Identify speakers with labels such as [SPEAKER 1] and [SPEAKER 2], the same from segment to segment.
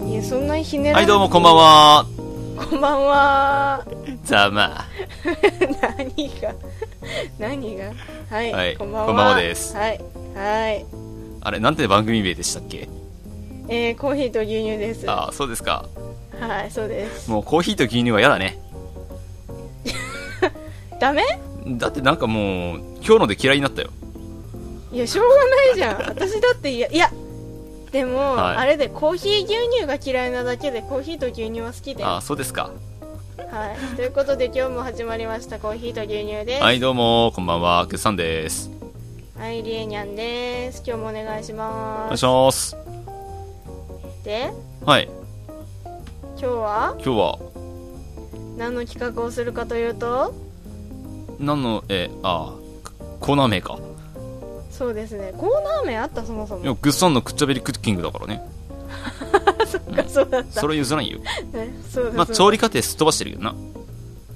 [SPEAKER 1] 然ひねら
[SPEAKER 2] はい、どうもこん
[SPEAKER 1] ん
[SPEAKER 2] ばんは。
[SPEAKER 1] こんばんは
[SPEAKER 2] ざま
[SPEAKER 1] 何が何がはい、
[SPEAKER 2] はい
[SPEAKER 1] こんばんは
[SPEAKER 2] こんばんはです
[SPEAKER 1] はいはい
[SPEAKER 2] あれ、なんて番組名でしたっけ
[SPEAKER 1] えー、コーヒーと牛乳です
[SPEAKER 2] ああ、そうですか。
[SPEAKER 1] はいそうです
[SPEAKER 2] もうコーヒーと牛乳は嫌だね。
[SPEAKER 1] ダメ
[SPEAKER 2] だってなんかもう、今日ので嫌いになったよ。
[SPEAKER 1] いやしょうがないじゃん 私だっていやいやでも、
[SPEAKER 2] はい
[SPEAKER 1] あれでコーヒー牛乳が嫌いなだけでコーヒーと牛乳は好きで
[SPEAKER 2] あ
[SPEAKER 1] は
[SPEAKER 2] あ、そうですか。
[SPEAKER 1] いということで今日も始まりましたコーヒーと牛乳です
[SPEAKER 2] は、
[SPEAKER 1] はい
[SPEAKER 2] どうも、こんばんは、くっさんです。
[SPEAKER 1] い、りえにゃんです今日もお願いし
[SPEAKER 2] お
[SPEAKER 1] ま
[SPEAKER 2] 願い
[SPEAKER 1] す
[SPEAKER 2] します。
[SPEAKER 1] で
[SPEAKER 2] はい、
[SPEAKER 1] 今日は
[SPEAKER 2] 今日は、
[SPEAKER 1] 何の企画をするかというと
[SPEAKER 2] 何の、え、ああ、コーナー名か。
[SPEAKER 1] そうですねコーナー名あったそもそ
[SPEAKER 2] いや、
[SPEAKER 1] も
[SPEAKER 2] グッサンのくっちゃべりクッキングだからね。
[SPEAKER 1] そっか そうだった
[SPEAKER 2] それ譲らんよ。
[SPEAKER 1] ねそうだ
[SPEAKER 2] まあ、
[SPEAKER 1] そう
[SPEAKER 2] 調理過程すっ飛ばしてるけどな。
[SPEAKER 1] だ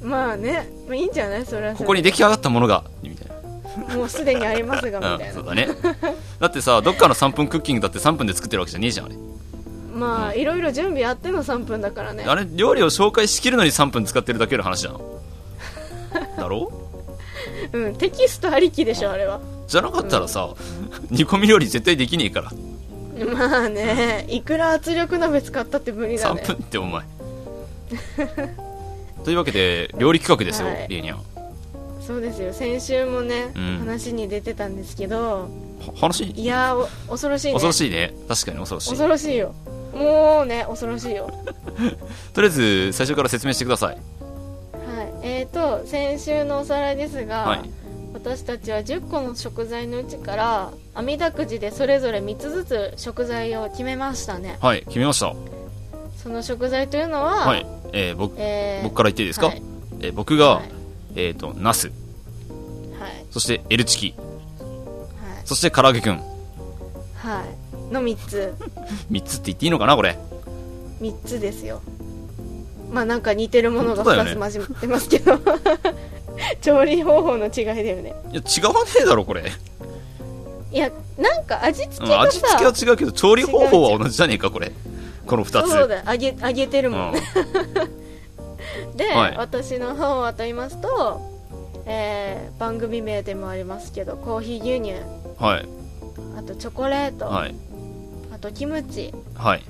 [SPEAKER 1] まあね、まあ、いいんじゃないそれはそ
[SPEAKER 2] こ
[SPEAKER 1] れ
[SPEAKER 2] こに出来上がったものが、みたい
[SPEAKER 1] もうすでにあります が
[SPEAKER 2] な。
[SPEAKER 1] み
[SPEAKER 2] う
[SPEAKER 1] た
[SPEAKER 2] ん、
[SPEAKER 1] い
[SPEAKER 2] そう
[SPEAKER 1] な
[SPEAKER 2] だね。だってさ、どっかの3分クッキングだって3分で作ってるわけじゃねえじゃん、あれ。
[SPEAKER 1] まあいろいろ準備あっての3分だからね
[SPEAKER 2] あれ料理を紹介しきるのに3分使ってるだけの話じゃんだろ
[SPEAKER 1] うん、テキストありきでしょあれは
[SPEAKER 2] じゃなかったらさ、煮込み料理絶対できねえから、
[SPEAKER 1] まあねいくら圧力鍋使ったって無理だね
[SPEAKER 2] 3分ってお前というわけで料理企画ですよ、
[SPEAKER 1] はい
[SPEAKER 2] リエニャンは
[SPEAKER 1] そうですよ先週もね、
[SPEAKER 2] うん
[SPEAKER 1] 話に出てたんですけど
[SPEAKER 2] 話
[SPEAKER 1] いやーお恐ろしいね
[SPEAKER 2] 恐ろ
[SPEAKER 1] い
[SPEAKER 2] しいね確かに恐ろしい
[SPEAKER 1] 恐ろしいよもうね恐ろしいよ
[SPEAKER 2] とりあえず最初から説明してください
[SPEAKER 1] はいえーと先週のおさらいですが、
[SPEAKER 2] はい
[SPEAKER 1] 私たちは10個の食材のうちからあみだくじでそれぞれ3つずつ食材を決めましたね
[SPEAKER 2] はい決めました
[SPEAKER 1] その食材というのは、
[SPEAKER 2] はい、えー僕
[SPEAKER 1] えー
[SPEAKER 2] 僕から言っていいですか、
[SPEAKER 1] はい
[SPEAKER 2] えー僕が、
[SPEAKER 1] はい
[SPEAKER 2] えっ、とナス
[SPEAKER 1] はい
[SPEAKER 2] そしてエルチキ
[SPEAKER 1] はい
[SPEAKER 2] そして唐揚げくん
[SPEAKER 1] はいの3つ
[SPEAKER 2] 3つって言っていいのかなこれ
[SPEAKER 1] 3つですよまあなんか似てるものが
[SPEAKER 2] 本当だよ
[SPEAKER 1] 2
[SPEAKER 2] ね
[SPEAKER 1] つ混じってますけど、 調理方法の違いだよね
[SPEAKER 2] いや違わねえだろこれ
[SPEAKER 1] いやなんか味付け
[SPEAKER 2] うん、
[SPEAKER 1] が
[SPEAKER 2] 味付
[SPEAKER 1] さ、
[SPEAKER 2] けは違うけど調理方法は同じじゃねえかこれこの2つ
[SPEAKER 1] そうだよ揚げ揚げてるもんね、で、
[SPEAKER 2] はい
[SPEAKER 1] 私の方はと言いますと、えー番組名でもありますけどコーヒー牛乳
[SPEAKER 2] うんはい
[SPEAKER 1] あとチョコレート、
[SPEAKER 2] はい
[SPEAKER 1] あとキムチ
[SPEAKER 2] はい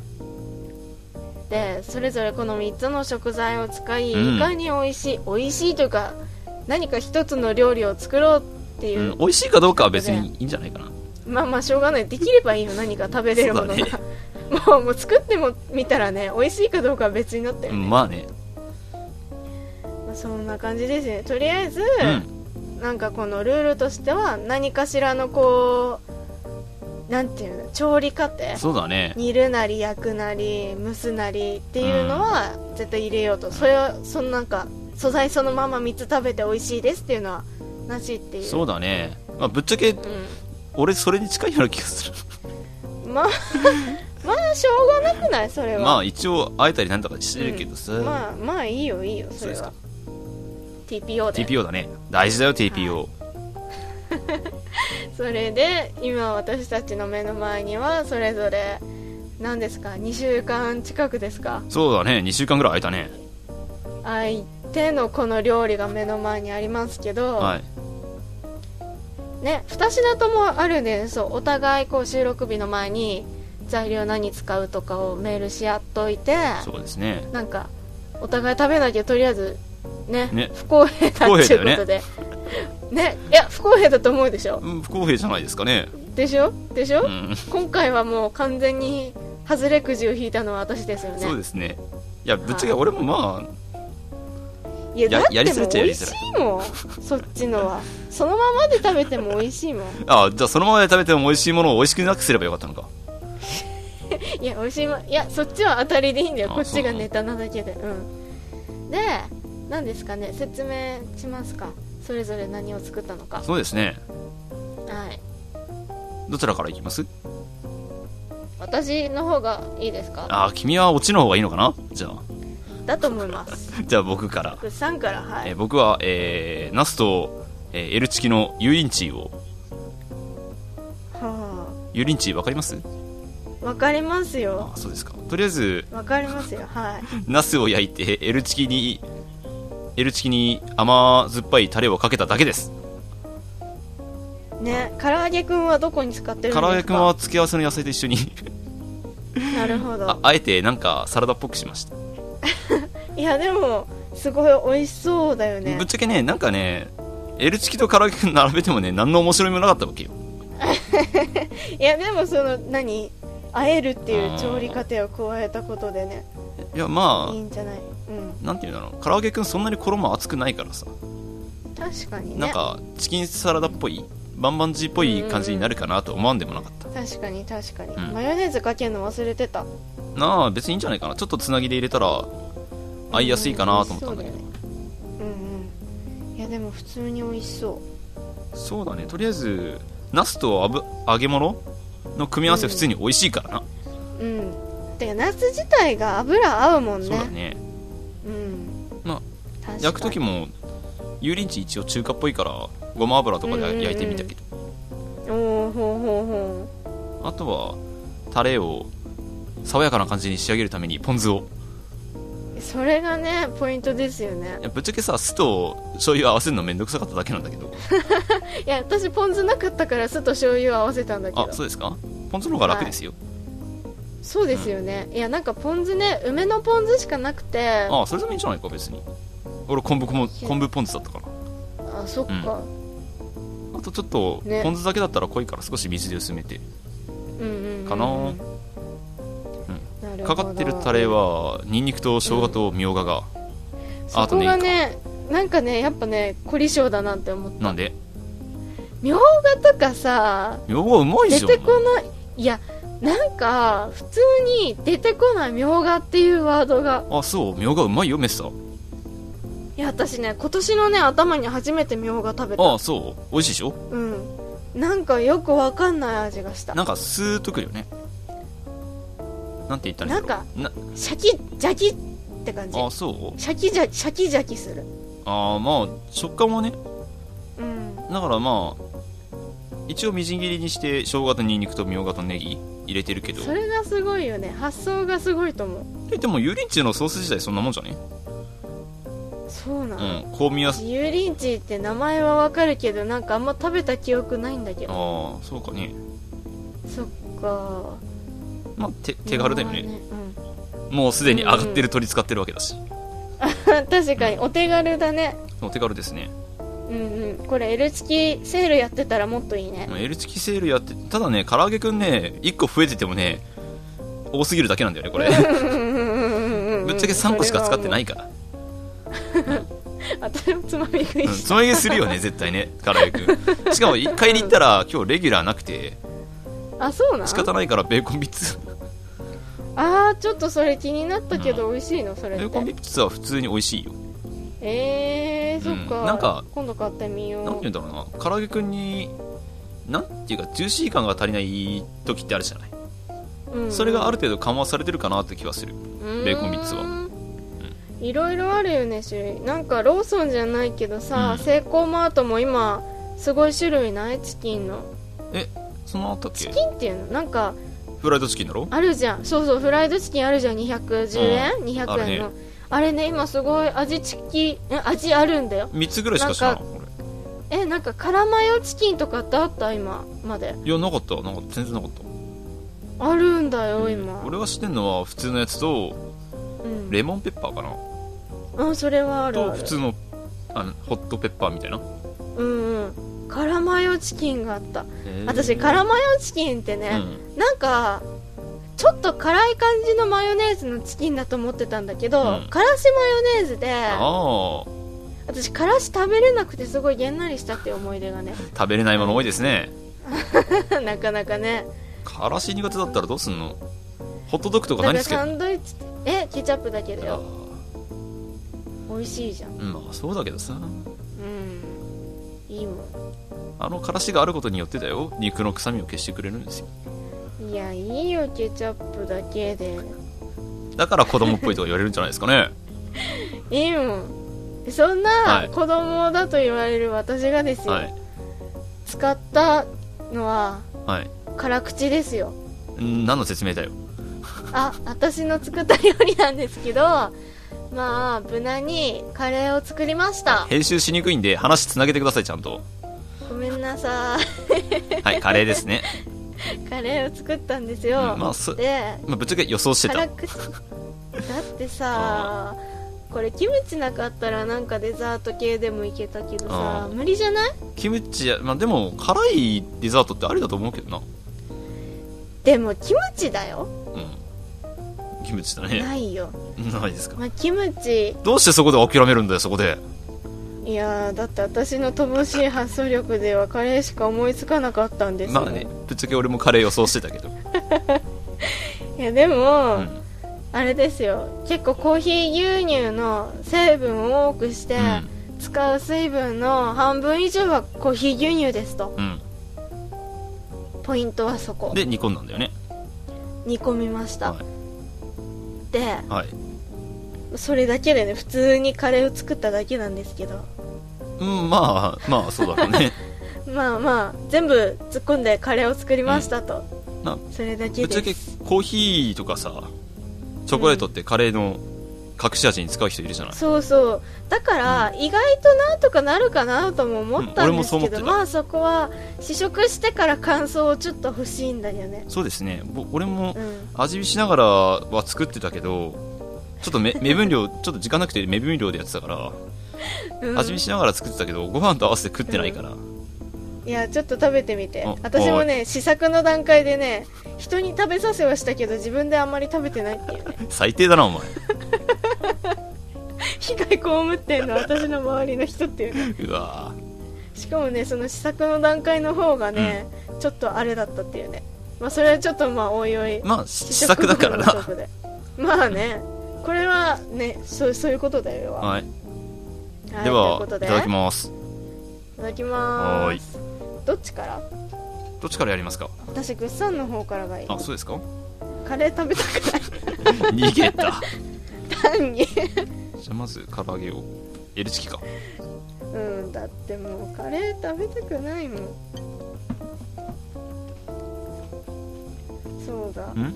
[SPEAKER 1] でそれぞれこの3つの食材を使い、
[SPEAKER 2] うん
[SPEAKER 1] いかに美味しい美味しいというか何か一つの料理を作ろうっていう
[SPEAKER 2] うん、美味しいかどうかは別にいいんじゃないかな
[SPEAKER 1] まあまあしょうがないできればいいよ何か食べれるものが、
[SPEAKER 2] そう
[SPEAKER 1] もうもう作ってもみたらね美味しいかどうかは別になって
[SPEAKER 2] う
[SPEAKER 1] る、
[SPEAKER 2] んまあね
[SPEAKER 1] まあそんな感じですねとりあえず、
[SPEAKER 2] うん
[SPEAKER 1] なんかこのルールとしては何かしらのこうなんていうの調理過程
[SPEAKER 2] そうだね
[SPEAKER 1] 煮るなり焼くなり蒸すなりっていうのは絶対入れようと、それはそのなんか素材そのまま3つ食べて美味しいですっていうのはなしっていう
[SPEAKER 2] そうだね、まあ、ぶっちゃけ
[SPEAKER 1] う
[SPEAKER 2] 俺それに近いような気がする
[SPEAKER 1] ん、まあ まあしょうがなくないそれは
[SPEAKER 2] まあ一応会えたりなんとかしてるけどさ、
[SPEAKER 1] まあまあいいよいいよそ
[SPEAKER 2] そう
[SPEAKER 1] れ
[SPEAKER 2] ですか
[SPEAKER 1] は TPO で
[SPEAKER 2] TPO だね大事だよ TPO、
[SPEAKER 1] それで今私たちの目の前にはそれぞれ何ですか2週間近くですか
[SPEAKER 2] そうだね2週間ぐらい会えたね
[SPEAKER 1] 相手のこの料理が目の前にありますけど、
[SPEAKER 2] はい
[SPEAKER 1] ね2品ともあるんでそうお互いこう収録日の前に材料何使うとかをメールし合っといて
[SPEAKER 2] そうですね
[SPEAKER 1] なんかお互い食べなきゃとりあえずね
[SPEAKER 2] ね
[SPEAKER 1] 不公平だっていうことでねいや不公平だと思うでしょ
[SPEAKER 2] うん不公平じゃないですかね
[SPEAKER 1] でしょでしょ、
[SPEAKER 2] うん
[SPEAKER 1] 今回はもう完全に外れくじを引いたのは私ですよね
[SPEAKER 2] そうですねいやぶっちゃけ俺もまあ
[SPEAKER 1] いや
[SPEAKER 2] や
[SPEAKER 1] だって
[SPEAKER 2] やりづ
[SPEAKER 1] も
[SPEAKER 2] ら
[SPEAKER 1] う
[SPEAKER 2] いっちゃや
[SPEAKER 1] 美
[SPEAKER 2] り
[SPEAKER 1] 味
[SPEAKER 2] づ
[SPEAKER 1] し
[SPEAKER 2] らい
[SPEAKER 1] いもん そっちのはそのままで食べても美味しいもん
[SPEAKER 2] あじゃあそのままで食べても美味しいものを美味しくなくすればよかったのか
[SPEAKER 1] いや美味しいもんいやそっちは当たりでいいんだよ
[SPEAKER 2] あ
[SPEAKER 1] こっちが
[SPEAKER 2] そう
[SPEAKER 1] ネタなだけでうんで何ですかね説明しますかそれぞれ何を作ったのか
[SPEAKER 2] そうですね
[SPEAKER 1] はい
[SPEAKER 2] どちらからいきます
[SPEAKER 1] 私の方がいいですか
[SPEAKER 2] ああ君はオチの方がいいのかなじゃあ
[SPEAKER 1] だと思います
[SPEAKER 2] じゃあ僕から、
[SPEAKER 1] 福さんからは
[SPEAKER 2] えー
[SPEAKER 1] い
[SPEAKER 2] 僕はえー、ナスと、えー、エルチキの油淋鶏を
[SPEAKER 1] は
[SPEAKER 2] 油淋鶏わかります
[SPEAKER 1] わかりますよ
[SPEAKER 2] あそうですかとりあえず
[SPEAKER 1] わかりますよはい
[SPEAKER 2] ナスを焼いて L チキに L チキに甘酸っぱいタレをかけただけです
[SPEAKER 1] ね唐揚げくんはどこに使ってるんです
[SPEAKER 2] 唐
[SPEAKER 1] か
[SPEAKER 2] 揚げくんは付け合わせの野菜と一緒に
[SPEAKER 1] なるほ
[SPEAKER 2] あ
[SPEAKER 1] ど
[SPEAKER 2] あえてなんかサラダっぽくしました、
[SPEAKER 1] いやでもすごい美味しそうだよね
[SPEAKER 2] ぶっちゃけねなんかね L チキと唐揚げくん並べてもね何の面白みもなかったわけよ
[SPEAKER 1] いやでもその何あえるっていう調理過程を加えたことでね
[SPEAKER 2] いやま
[SPEAKER 1] いい
[SPEAKER 2] あ
[SPEAKER 1] んじゃないうん
[SPEAKER 2] なんていうんだろう唐揚げくんそんなに衣厚くないからさ
[SPEAKER 1] 確かにね
[SPEAKER 2] なんかチキンサラダっぽいバンバンジーっぽい感じになるかなと思わんでもなかった
[SPEAKER 1] 確かに確かに、
[SPEAKER 2] うん
[SPEAKER 1] マヨネーズかけるの忘れてた
[SPEAKER 2] なあ別にいいんじゃないかなちょっとつなぎで入れたら合いやすいかなと思ったんだけど、
[SPEAKER 1] 美味しそうだよねうんうんいやでも普通に美味しそ
[SPEAKER 2] そうだねとりあえずナスとあぶ揚げ物の組み合わせ
[SPEAKER 1] うん
[SPEAKER 2] 普通に美味しいからな、
[SPEAKER 1] ううんてかナス自体が油合うもんね
[SPEAKER 2] そうだね
[SPEAKER 1] うん
[SPEAKER 2] まあ
[SPEAKER 1] 確かに
[SPEAKER 2] 焼く時も油淋鶏一応中華っぽいからごま油とか
[SPEAKER 1] うんうんう
[SPEAKER 2] で
[SPEAKER 1] ん
[SPEAKER 2] 焼いてみたけど、
[SPEAKER 1] おおほうほうほ
[SPEAKER 2] あとはタレを爽やかな感じに仕上げるためにポン酢を
[SPEAKER 1] うそれがねポイントですよね
[SPEAKER 2] いやぶっちゃけさ酢と醤油合わせるのめんどくさかっただけなんだけど
[SPEAKER 1] いや私ポン酢なかったから酢と醤油を合わせたんだけど
[SPEAKER 2] あそうですかポン酢の方が楽ですよ、
[SPEAKER 1] そうですよね、いやなんかポン酢ね梅のポン酢しかなくて
[SPEAKER 2] あそれでもいいんじゃないか別に俺昆布こも昆布ポン酢だったから
[SPEAKER 1] あそっか、
[SPEAKER 2] あとちょっと
[SPEAKER 1] ね
[SPEAKER 2] ポン酢だけだったら濃いから少し水で薄めて、
[SPEAKER 1] うん、うんうん
[SPEAKER 2] かな
[SPEAKER 1] うんなるほ
[SPEAKER 2] か
[SPEAKER 1] ど
[SPEAKER 2] かってるタレはニンニクと生姜とみょうがが、
[SPEAKER 1] そこがねなんかねやっぱね凝り性だなって思った
[SPEAKER 2] なんで
[SPEAKER 1] みょうがとかさ
[SPEAKER 2] みょうがうまい
[SPEAKER 1] 出
[SPEAKER 2] じゃん
[SPEAKER 1] てこないいやなんか普通に出てこないみょうがっていうワードが
[SPEAKER 2] あそうみょうがうまいよメッサ
[SPEAKER 1] いや私ね今年のね頭に初めてみょうが食べた
[SPEAKER 2] あそう美味しいでしょ
[SPEAKER 1] うんなんかよくわかんない味がした
[SPEAKER 2] なんかスーッとくるよねなんて言ったらいいだろうな
[SPEAKER 1] シャキジャキって感じ
[SPEAKER 2] あそう
[SPEAKER 1] シャキジャシャキジャキする
[SPEAKER 2] あまあ食感もね
[SPEAKER 1] うん
[SPEAKER 2] だからまあ一応みじん切りにして生姜とニンニクとみょうがとネギ入れてるけど
[SPEAKER 1] それがすごいよね発想がすごいと思う
[SPEAKER 2] えでも油淋鶏のソース自体そんなもんじゃね
[SPEAKER 1] そうな
[SPEAKER 2] う
[SPEAKER 1] の、
[SPEAKER 2] ん香味野菜
[SPEAKER 1] 油淋鶏って名前はわかるけどなんかあんま食べた記憶ないんだけど
[SPEAKER 2] ああそうかね
[SPEAKER 1] そっか
[SPEAKER 2] まあ手手軽だよね
[SPEAKER 1] まあね
[SPEAKER 2] もうすでに上がってる鶏使ってるわけだし、
[SPEAKER 1] うん、 確かにお手軽だね
[SPEAKER 2] お手軽ですね
[SPEAKER 1] うんうんこれ L チキセールやってたらもっといいね
[SPEAKER 2] まあ L チキセールやってただね唐揚げくんね1個増えててもね多すぎるだけなんだよねこれ ぶ
[SPEAKER 1] ぶ
[SPEAKER 2] っちゃけ3個しか使ってないいから、
[SPEAKER 1] あたりもつまみ食い
[SPEAKER 2] うん、
[SPEAKER 1] し
[SPEAKER 2] つまみ食いする よね絶対ね唐揚げくんしかも1回に行ったら今日レギュラーなくて
[SPEAKER 1] あそうなん
[SPEAKER 2] 仕方ないからベーコンビッツ
[SPEAKER 1] あーちょっとそれ気になったけど美味しいのそれ
[SPEAKER 2] ベ
[SPEAKER 1] って
[SPEAKER 2] ーコンビッツは普通に美味しいよ
[SPEAKER 1] えー、そっか,、
[SPEAKER 2] うんなんか
[SPEAKER 1] 今度買ってみよう
[SPEAKER 2] なんて言うんだろうな唐揚げくんになんていうかジューシー感が足りない時ってあるじゃない
[SPEAKER 1] うんうん
[SPEAKER 2] それがある程度緩和されてるかなって気はするベーコンビッツは
[SPEAKER 1] うーんいろいろあるよね種類なんかローソンじゃないけどさ、
[SPEAKER 2] うん
[SPEAKER 1] セイコーマートも今すごい種類ないチキンの
[SPEAKER 2] そのあったっけ
[SPEAKER 1] チキンっていうのなんか
[SPEAKER 2] フライドチキンだろ
[SPEAKER 1] あるじゃんそうそうフライドチキンあるじゃん210円、
[SPEAKER 2] ある
[SPEAKER 1] 200
[SPEAKER 2] ね
[SPEAKER 1] 円のあれね今すごい味チキん味あるんだよ
[SPEAKER 2] 3つぐらいしか知らん俺
[SPEAKER 1] えなんか辛マヨチキンとかってあった今まで
[SPEAKER 2] いやなかったなんか全然なかった
[SPEAKER 1] あるんだよ今
[SPEAKER 2] 俺が知ってんのは普通のやつと
[SPEAKER 1] うん、
[SPEAKER 2] レモンペッパーかな
[SPEAKER 1] うん、それはあるあ
[SPEAKER 2] と
[SPEAKER 1] る
[SPEAKER 2] 普通のあのホットペッパーみたいな
[SPEAKER 1] うんうん辛マヨチキンがあった私
[SPEAKER 2] ら
[SPEAKER 1] 辛マヨチキンってね、なんかちょっと辛い感じのマヨネーズのチキンだと思ってたんだけど、
[SPEAKER 2] うん
[SPEAKER 1] からしマヨネーズで
[SPEAKER 2] ああ
[SPEAKER 1] 私からし食べれなくてすごいげんなりしたっていう思い出がね
[SPEAKER 2] 食べれないもの多いですね
[SPEAKER 1] なかなかね
[SPEAKER 2] からし苦手だったらどうすんのホットドッグとか
[SPEAKER 1] だか
[SPEAKER 2] 何
[SPEAKER 1] ら
[SPEAKER 2] つけ
[SPEAKER 1] サ
[SPEAKER 2] る
[SPEAKER 1] ンドイッチえケチャップだけだ
[SPEAKER 2] あ
[SPEAKER 1] よ美味しいじゃん
[SPEAKER 2] ーまあそうだけどさ
[SPEAKER 1] うんいいも
[SPEAKER 2] あのからしがあることによってだよ肉の臭みを消してくれるんですよ
[SPEAKER 1] んいやいいよケチャップだけで
[SPEAKER 2] だから子供っぽいとか言われるんじゃないです かね
[SPEAKER 1] いいもんそん
[SPEAKER 2] は
[SPEAKER 1] ない子供だと言われる私がですよ、
[SPEAKER 2] はい
[SPEAKER 1] 使ったのは
[SPEAKER 2] はい
[SPEAKER 1] 辛口ですよ
[SPEAKER 2] ん何の説明だよ
[SPEAKER 1] あ私の作った料理なんですけどまあ無難にカレーを作りました
[SPEAKER 2] 編集しにくいんで話つなげてくださいちゃんと
[SPEAKER 1] ごめんなさ
[SPEAKER 2] はいカレーですね、
[SPEAKER 1] いカレーを作ったんです
[SPEAKER 2] うん
[SPEAKER 1] よ、
[SPEAKER 2] まあす
[SPEAKER 1] で
[SPEAKER 2] まあ、ぶっちゃけ予想して
[SPEAKER 1] 辛
[SPEAKER 2] た
[SPEAKER 1] 口だってさこれキムチなかったらなんかデザート系でもいけたけどさ
[SPEAKER 2] う
[SPEAKER 1] 無理じゃない
[SPEAKER 2] キムチや、まあ、でも辛いデザートってありだと思うけどな
[SPEAKER 1] でもキムチだよ
[SPEAKER 2] うんキムチだね
[SPEAKER 1] ないよ、
[SPEAKER 2] ないですか
[SPEAKER 1] まあ、キムチ
[SPEAKER 2] どうしてそこで諦めるんだよそこで
[SPEAKER 1] いやーだって私の乏しい発想力ではカレーしか思いつかなかったんですよ、
[SPEAKER 2] まあねぶっちゃけ俺もカレー予想してたけど、
[SPEAKER 1] いやで
[SPEAKER 2] う
[SPEAKER 1] も、
[SPEAKER 2] ん
[SPEAKER 1] あれですよ結構コーヒー牛乳の成分を多くして、使う水分の半分以上はコーヒー牛乳ですと
[SPEAKER 2] うん
[SPEAKER 1] ポイントはそこ
[SPEAKER 2] で煮込んだんだよね
[SPEAKER 1] 煮込みました、
[SPEAKER 2] は
[SPEAKER 1] で
[SPEAKER 2] い、はい、
[SPEAKER 1] それだけでね普通にカレーを作っただけなんですけど
[SPEAKER 2] うんまあまあそうだろう ね
[SPEAKER 1] まあまあ全部突っ込んでカレーを作りましたと、
[SPEAKER 2] な
[SPEAKER 1] それだ
[SPEAKER 2] ぶ
[SPEAKER 1] け
[SPEAKER 2] っちゃ
[SPEAKER 1] で
[SPEAKER 2] け
[SPEAKER 1] す
[SPEAKER 2] コーヒーとかさチョコレートってカレーの隠し味に使う人いるじゃない、
[SPEAKER 1] そうそうだから意外となんとかなるかなとも思った
[SPEAKER 2] う
[SPEAKER 1] ん
[SPEAKER 2] ん俺も
[SPEAKER 1] です
[SPEAKER 2] そう思
[SPEAKER 1] け
[SPEAKER 2] って
[SPEAKER 1] ど、
[SPEAKER 2] た
[SPEAKER 1] まあそこは試食してから感想をちょっと欲しいんだよね
[SPEAKER 2] そうですねぼ俺も
[SPEAKER 1] うん
[SPEAKER 2] 味見しながらは作ってたけどちょっとめ 目分量ちょっと時間なくて目分量でやってたから、
[SPEAKER 1] うん、
[SPEAKER 2] 味見しながら作ってたけどご飯と合わせて食ってないから、
[SPEAKER 1] いやちょっと食べてみて
[SPEAKER 2] あ
[SPEAKER 1] 私もね試作の段階でね人に食べさせはしたけど自分であんまり食べてないっていうね
[SPEAKER 2] 最低だなお前
[SPEAKER 1] 被害被ってんの私の周りの人っていうね
[SPEAKER 2] うわ
[SPEAKER 1] しかもねその試作の段階の方がね、ちょっとあれだったっていうねまあそれはちょっとまあおいおい
[SPEAKER 2] ーまあ試作だから
[SPEAKER 1] の
[SPEAKER 2] な
[SPEAKER 1] 方でまあねこれはねそうそういうことだよ要は
[SPEAKER 2] はい、
[SPEAKER 1] はい
[SPEAKER 2] で
[SPEAKER 1] という
[SPEAKER 2] は
[SPEAKER 1] こと
[SPEAKER 2] い
[SPEAKER 1] で
[SPEAKER 2] ただきます
[SPEAKER 1] いただきま
[SPEAKER 2] はー
[SPEAKER 1] ー
[SPEAKER 2] い
[SPEAKER 1] すどっちから
[SPEAKER 2] どっちからやりますか
[SPEAKER 1] 私グッサンの方からがいい
[SPEAKER 2] あそうですか
[SPEAKER 1] カレー食べたくない
[SPEAKER 2] 逃 げた
[SPEAKER 1] 単に
[SPEAKER 2] じゃあまず唐揚げを L チキか
[SPEAKER 1] うんだってもうカレー食べたくないもんそうだ
[SPEAKER 2] ん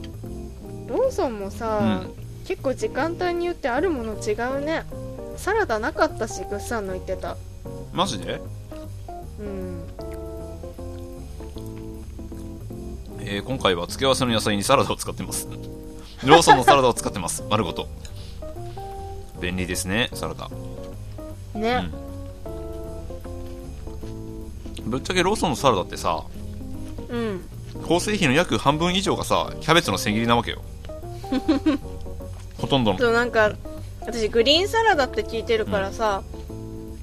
[SPEAKER 1] ローソンもさ、結構時間帯によってあるもの違うねサラダなかったしグッサンの言ってた
[SPEAKER 2] マジで
[SPEAKER 1] うん
[SPEAKER 2] えー今回は付け合わせの野菜にサラダを使ってますローソンのサラダを使ってます丸ごと便利ですねサラダ
[SPEAKER 1] ね、
[SPEAKER 2] うんぶっちゃけローソンのサラダってさ
[SPEAKER 1] うん、
[SPEAKER 2] 構成費の約半分以上がさキャベツの千切りなわけよほとんどの
[SPEAKER 1] そうなんか私グリーンサラダって聞いてるからさ、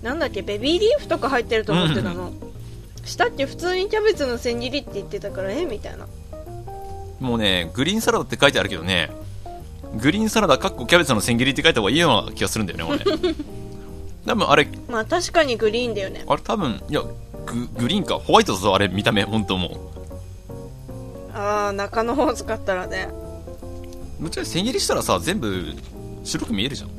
[SPEAKER 1] なんだっけベビーリーフとか入ってると思ってたの、したっけ普通にキャベツの千切りって言ってたからえみたいな
[SPEAKER 2] もうねグリーンサラダって書いてあるけどねグリーンサラダかっこキャベツの千切りって書いた方がいいような気がするんだよね俺多分あれ
[SPEAKER 1] まあ確かにグリーンだよね
[SPEAKER 2] あれ多分いやググリーンかホワイトだぞあれ見た目本当も
[SPEAKER 1] ああ中の方使ったらね
[SPEAKER 2] うぶっちゃけ千切りしたらさ全部白く見えるじゃん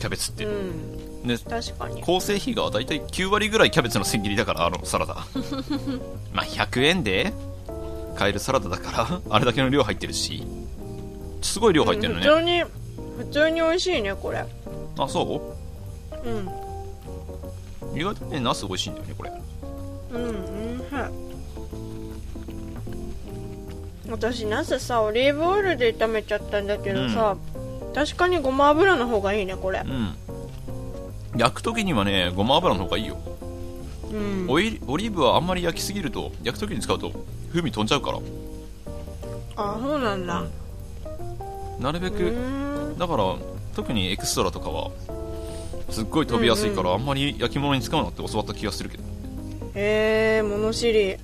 [SPEAKER 2] キャベツって、
[SPEAKER 1] うん
[SPEAKER 2] ね
[SPEAKER 1] 確かに
[SPEAKER 2] 構成費が大体9割ぐらいキャベツの千切りだからあの サラダまあ100円で買えるサラダだからあれだけの量入ってるしすごい量入ってるのね、
[SPEAKER 1] うん普通に普通に美味しいねこれ
[SPEAKER 2] あそう
[SPEAKER 1] うん
[SPEAKER 2] 意外とねナス美味しいんだよねこれ
[SPEAKER 1] うんうん私ナスさオリーブオイルで炒めちゃったんだけどさ、確かにごま油の方がいいねこれ
[SPEAKER 2] うん焼く時にはねごま油の方がいいよ
[SPEAKER 1] うん
[SPEAKER 2] オイオリーブはあんまり焼きすぎると焼く時に使うと風味飛んじゃうから
[SPEAKER 1] あそうなんだう
[SPEAKER 2] なるべく、
[SPEAKER 1] ーん
[SPEAKER 2] だから特にエクストラとかはすっごい飛びやすいから、
[SPEAKER 1] うん
[SPEAKER 2] あんまり焼き物に使うなって教わった気がするけど
[SPEAKER 1] へえ物知り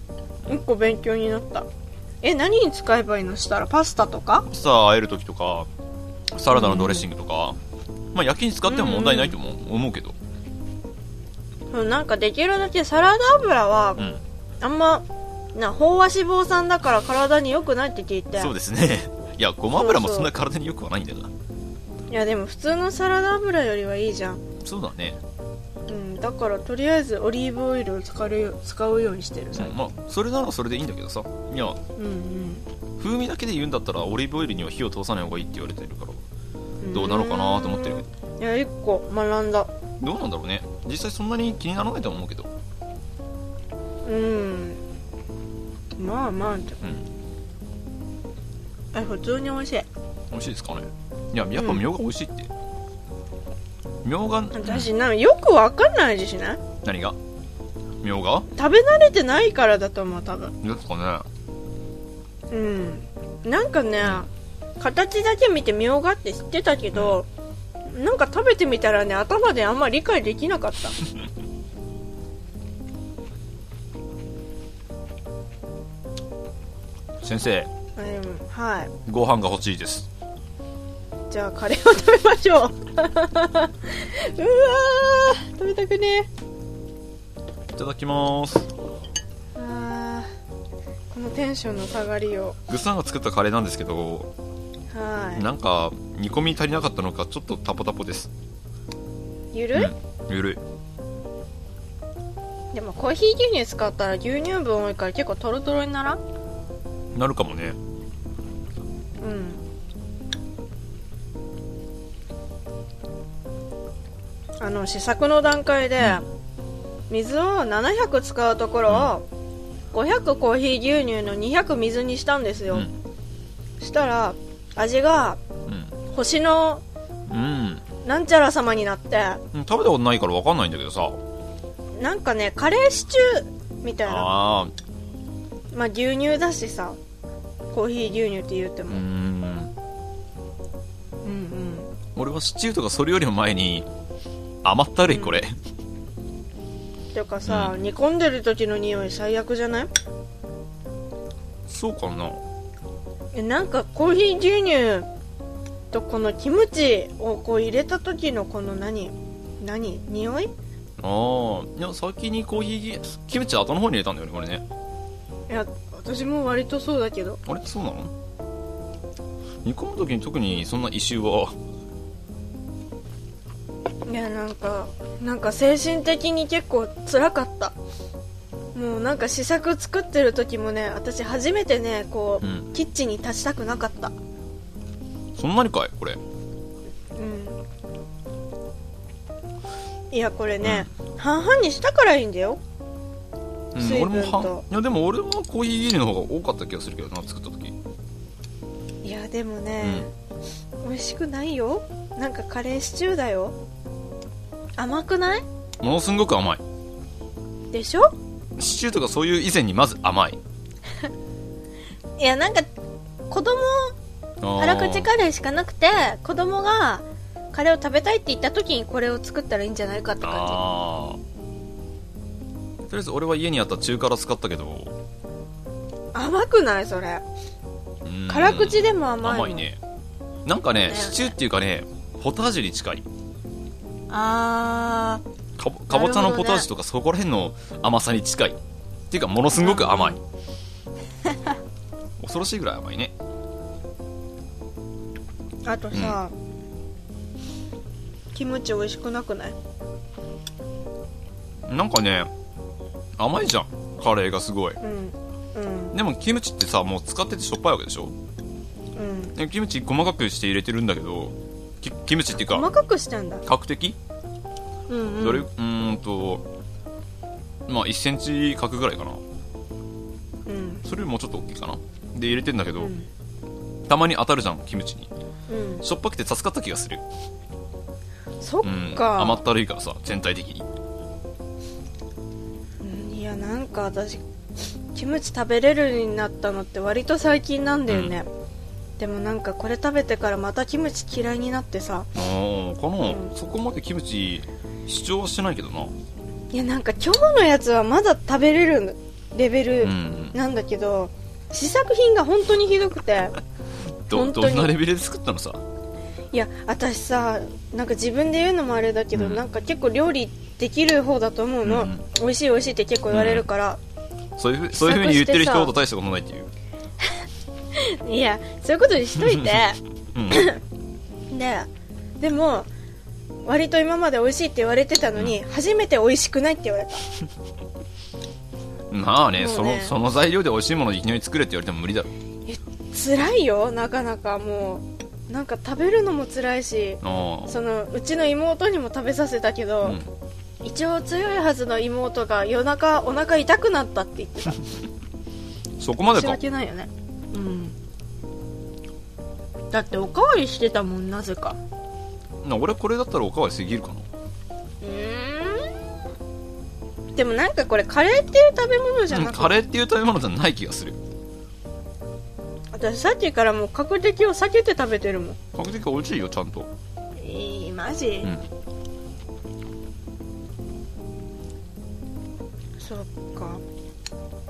[SPEAKER 1] 1個勉強になったえ何に使えばいいのしたらパスタとか
[SPEAKER 2] さあ和える時とかサラダのドレッシングとか、まあ焼きに使っても問題ないと思う,、思うけど
[SPEAKER 1] うんなんかできるだけサラダ油は
[SPEAKER 2] うん
[SPEAKER 1] あんまな飽和脂肪酸だから体に良くないって聞いて
[SPEAKER 2] そうですね いやごま油もそんな体によくはないんだよない
[SPEAKER 1] やでも普通のサラダ油よりはいいじゃん、
[SPEAKER 2] そうだね
[SPEAKER 1] うん、だからとりあえずオリーブオイルを使うよ使うようにしてる最近
[SPEAKER 2] まあそれならそれでいいんだけどさいや
[SPEAKER 1] うん
[SPEAKER 2] 風味だけで言うんだったらオリーブオイルには火を通さない方がいいって言われてるから
[SPEAKER 1] うん
[SPEAKER 2] どうなのかなと思ってるけ
[SPEAKER 1] い
[SPEAKER 2] ど
[SPEAKER 1] や一個学んだ
[SPEAKER 2] どうなんだろうね実際そんなに気にならないとは思うけど
[SPEAKER 1] うんまあまあってあ普通に美味しい
[SPEAKER 2] 美味しいですかねいややっぱ
[SPEAKER 1] うん
[SPEAKER 2] みょうが美味しいってみょうが
[SPEAKER 1] 私なんかよくわかんない味しない
[SPEAKER 2] 何がみょうが
[SPEAKER 1] 食べ慣れてないからだと思う多分
[SPEAKER 2] ですか
[SPEAKER 1] うんなんかね形だけ見てみょうがって知ってたけど、なんか食べてみたらね頭であんま理解できなかった
[SPEAKER 2] ね先生
[SPEAKER 1] うんはい
[SPEAKER 2] ご飯が欲しいです
[SPEAKER 1] じゃあカレーを食べましょう うわー食べたくね
[SPEAKER 2] いただきます
[SPEAKER 1] えあーこのテンションの下がりを
[SPEAKER 2] グッさんが作ったカレーなんですけど
[SPEAKER 1] は
[SPEAKER 2] なんか煮込み足りなかったのかちょっとタポタポです
[SPEAKER 1] いゆるい、
[SPEAKER 2] ゆるい
[SPEAKER 1] でもコーヒー牛乳使ったら牛乳分多いから結構トロトロにならん
[SPEAKER 2] なるかもね
[SPEAKER 1] うんあの試作の段階で水を700使うところを500コーヒー牛乳の200水にしたんですよ、
[SPEAKER 2] うん
[SPEAKER 1] したら味が星の
[SPEAKER 2] うん、
[SPEAKER 1] なんちゃら様になって
[SPEAKER 2] うん、食べたことないから分かんないんだけどさ
[SPEAKER 1] なんかねカレーシチューみたいな
[SPEAKER 2] ああ
[SPEAKER 1] まあ牛乳だしさコーヒー牛乳って言って
[SPEAKER 2] う
[SPEAKER 1] も、
[SPEAKER 2] ん
[SPEAKER 1] うんうん
[SPEAKER 2] 俺はシチューとかそれよりも前に甘ったるいこれ、
[SPEAKER 1] ていうかさ、煮込んでる時の匂い最悪じゃない
[SPEAKER 2] そうかな
[SPEAKER 1] えなんかコーヒー牛乳とこのキムチをこう入れた時のこの何何匂い
[SPEAKER 2] ああいや先にコーヒー牛キムチ後の方に入れたんだよねこれね
[SPEAKER 1] いや私も割とそうだけど
[SPEAKER 2] あれってそうなの煮込む時に特にそんな異臭はい
[SPEAKER 1] やなんかなんか精神的に結構辛かったもうなんか試作作ってる時もね私初めてねこう、
[SPEAKER 2] うん
[SPEAKER 1] キッチンに立ちたくなかった
[SPEAKER 2] そんなにかいこれ
[SPEAKER 1] うんいやこれね、半々にしたからいいんだよ
[SPEAKER 2] うん
[SPEAKER 1] 水
[SPEAKER 2] 俺
[SPEAKER 1] 分
[SPEAKER 2] もは
[SPEAKER 1] と
[SPEAKER 2] いやでも俺もコーヒー牛乳の方が多かった気がするけどな作った時
[SPEAKER 1] いやでもね、美味しくないよなんかカレーシチューだよ甘くない
[SPEAKER 2] ものすんごく甘い
[SPEAKER 1] でしょ
[SPEAKER 2] シチューとかそういう以前にまず甘い
[SPEAKER 1] いやなんか子供
[SPEAKER 2] 辛
[SPEAKER 1] 辛口カレーしかなくて子供がカレーを食べたいって言った時にこれを作ったらいいんじゃないかって感
[SPEAKER 2] あーとりあえず俺は家にあった中辛使ったけど、
[SPEAKER 1] じ甘くないそれ
[SPEAKER 2] うん
[SPEAKER 1] 辛口でも甘いの
[SPEAKER 2] 甘いねなんかね
[SPEAKER 1] ね
[SPEAKER 2] シチューっていうかねポタージュに近い
[SPEAKER 1] あ
[SPEAKER 2] かぼかぼち
[SPEAKER 1] な
[SPEAKER 2] ゃの
[SPEAKER 1] るほどね
[SPEAKER 2] ポタージュとかそこら辺の甘さに近いっていうかものすご く甘い恐ろしいぐらい甘いね
[SPEAKER 1] ーあとさ、キムチ美味しくなくない
[SPEAKER 2] なんかね甘いじゃんカレーがすごい
[SPEAKER 1] うんうん
[SPEAKER 2] でもキムチってさもう使っててしょっぱいわけでしょ
[SPEAKER 1] うん
[SPEAKER 2] でキムチ細かくして入れてるんだけどキキムチっていう
[SPEAKER 1] 細
[SPEAKER 2] か
[SPEAKER 1] かくしてんだ
[SPEAKER 2] 角的
[SPEAKER 1] うんうん
[SPEAKER 2] どれうーんとまあ1センチ角ぐらいかな
[SPEAKER 1] うん
[SPEAKER 2] それよりもうちょっと大きいかなで入れてんだけ
[SPEAKER 1] う
[SPEAKER 2] ど、
[SPEAKER 1] ん
[SPEAKER 2] たまに当たるじゃんキムチに
[SPEAKER 1] うん
[SPEAKER 2] しょっぱくて助かった気がする
[SPEAKER 1] そっ
[SPEAKER 2] うん
[SPEAKER 1] か、
[SPEAKER 2] 甘ったるいからさ全体的に
[SPEAKER 1] うんいやなんか私キムチ食べれるようになったのって割と最近なんだよね、でもなんかこれ食べてからまたキムチ嫌いになってさ
[SPEAKER 2] あーこの、
[SPEAKER 1] うん
[SPEAKER 2] そこまでキムチ主張はしてないけどない
[SPEAKER 1] やなんか今日のやつはまだ食べれるレベル
[SPEAKER 2] うん
[SPEAKER 1] なんだけど、試作品が本当にひどくて
[SPEAKER 2] ど
[SPEAKER 1] 本当
[SPEAKER 2] ど
[SPEAKER 1] に
[SPEAKER 2] んなレベルで作ったのさ
[SPEAKER 1] いや私さなんか自分で言うのもあれだけど、
[SPEAKER 2] うん
[SPEAKER 1] なんか結構料理できる方だと思うの、
[SPEAKER 2] うん
[SPEAKER 1] 美味しい美味しいって結構言われるから、
[SPEAKER 2] そういうふうそういうふうに言ってる
[SPEAKER 1] 試作し
[SPEAKER 2] 人
[SPEAKER 1] てさ
[SPEAKER 2] ほど大したことないっていう、
[SPEAKER 1] い やそういうことにしといて
[SPEAKER 2] うん、
[SPEAKER 1] ででも割と今まで美味しいって言われてたのに、初めて美味しくないって言われた
[SPEAKER 2] まあね
[SPEAKER 1] そ
[SPEAKER 2] そう
[SPEAKER 1] ね
[SPEAKER 2] のその材料で美味しいものいきなり作れって言われても無理だろ
[SPEAKER 1] 辛いよなかなかもうなんか食べるのも辛いし
[SPEAKER 2] あ
[SPEAKER 1] そのうちの妹にも食べさせたけ
[SPEAKER 2] あ
[SPEAKER 1] ど、
[SPEAKER 2] うん
[SPEAKER 1] 一応強いはずの妹が夜中お腹痛くなったって言ってた
[SPEAKER 2] そこまで
[SPEAKER 1] 申し
[SPEAKER 2] か
[SPEAKER 1] 訳ないよねうんだっておかわりしてたもんなぜか
[SPEAKER 2] な俺これだったらおかわりすぎるかな
[SPEAKER 1] うーんでもなんかこれカレーっていう食べ物じゃ
[SPEAKER 2] うん
[SPEAKER 1] なく
[SPEAKER 2] カレーっていう食べ物じゃない気がする
[SPEAKER 1] 私さっきからもう角的を避けて食べてるもん
[SPEAKER 2] 確実に美味しいよちゃんと
[SPEAKER 1] えー、マジ、
[SPEAKER 2] うん
[SPEAKER 1] そっか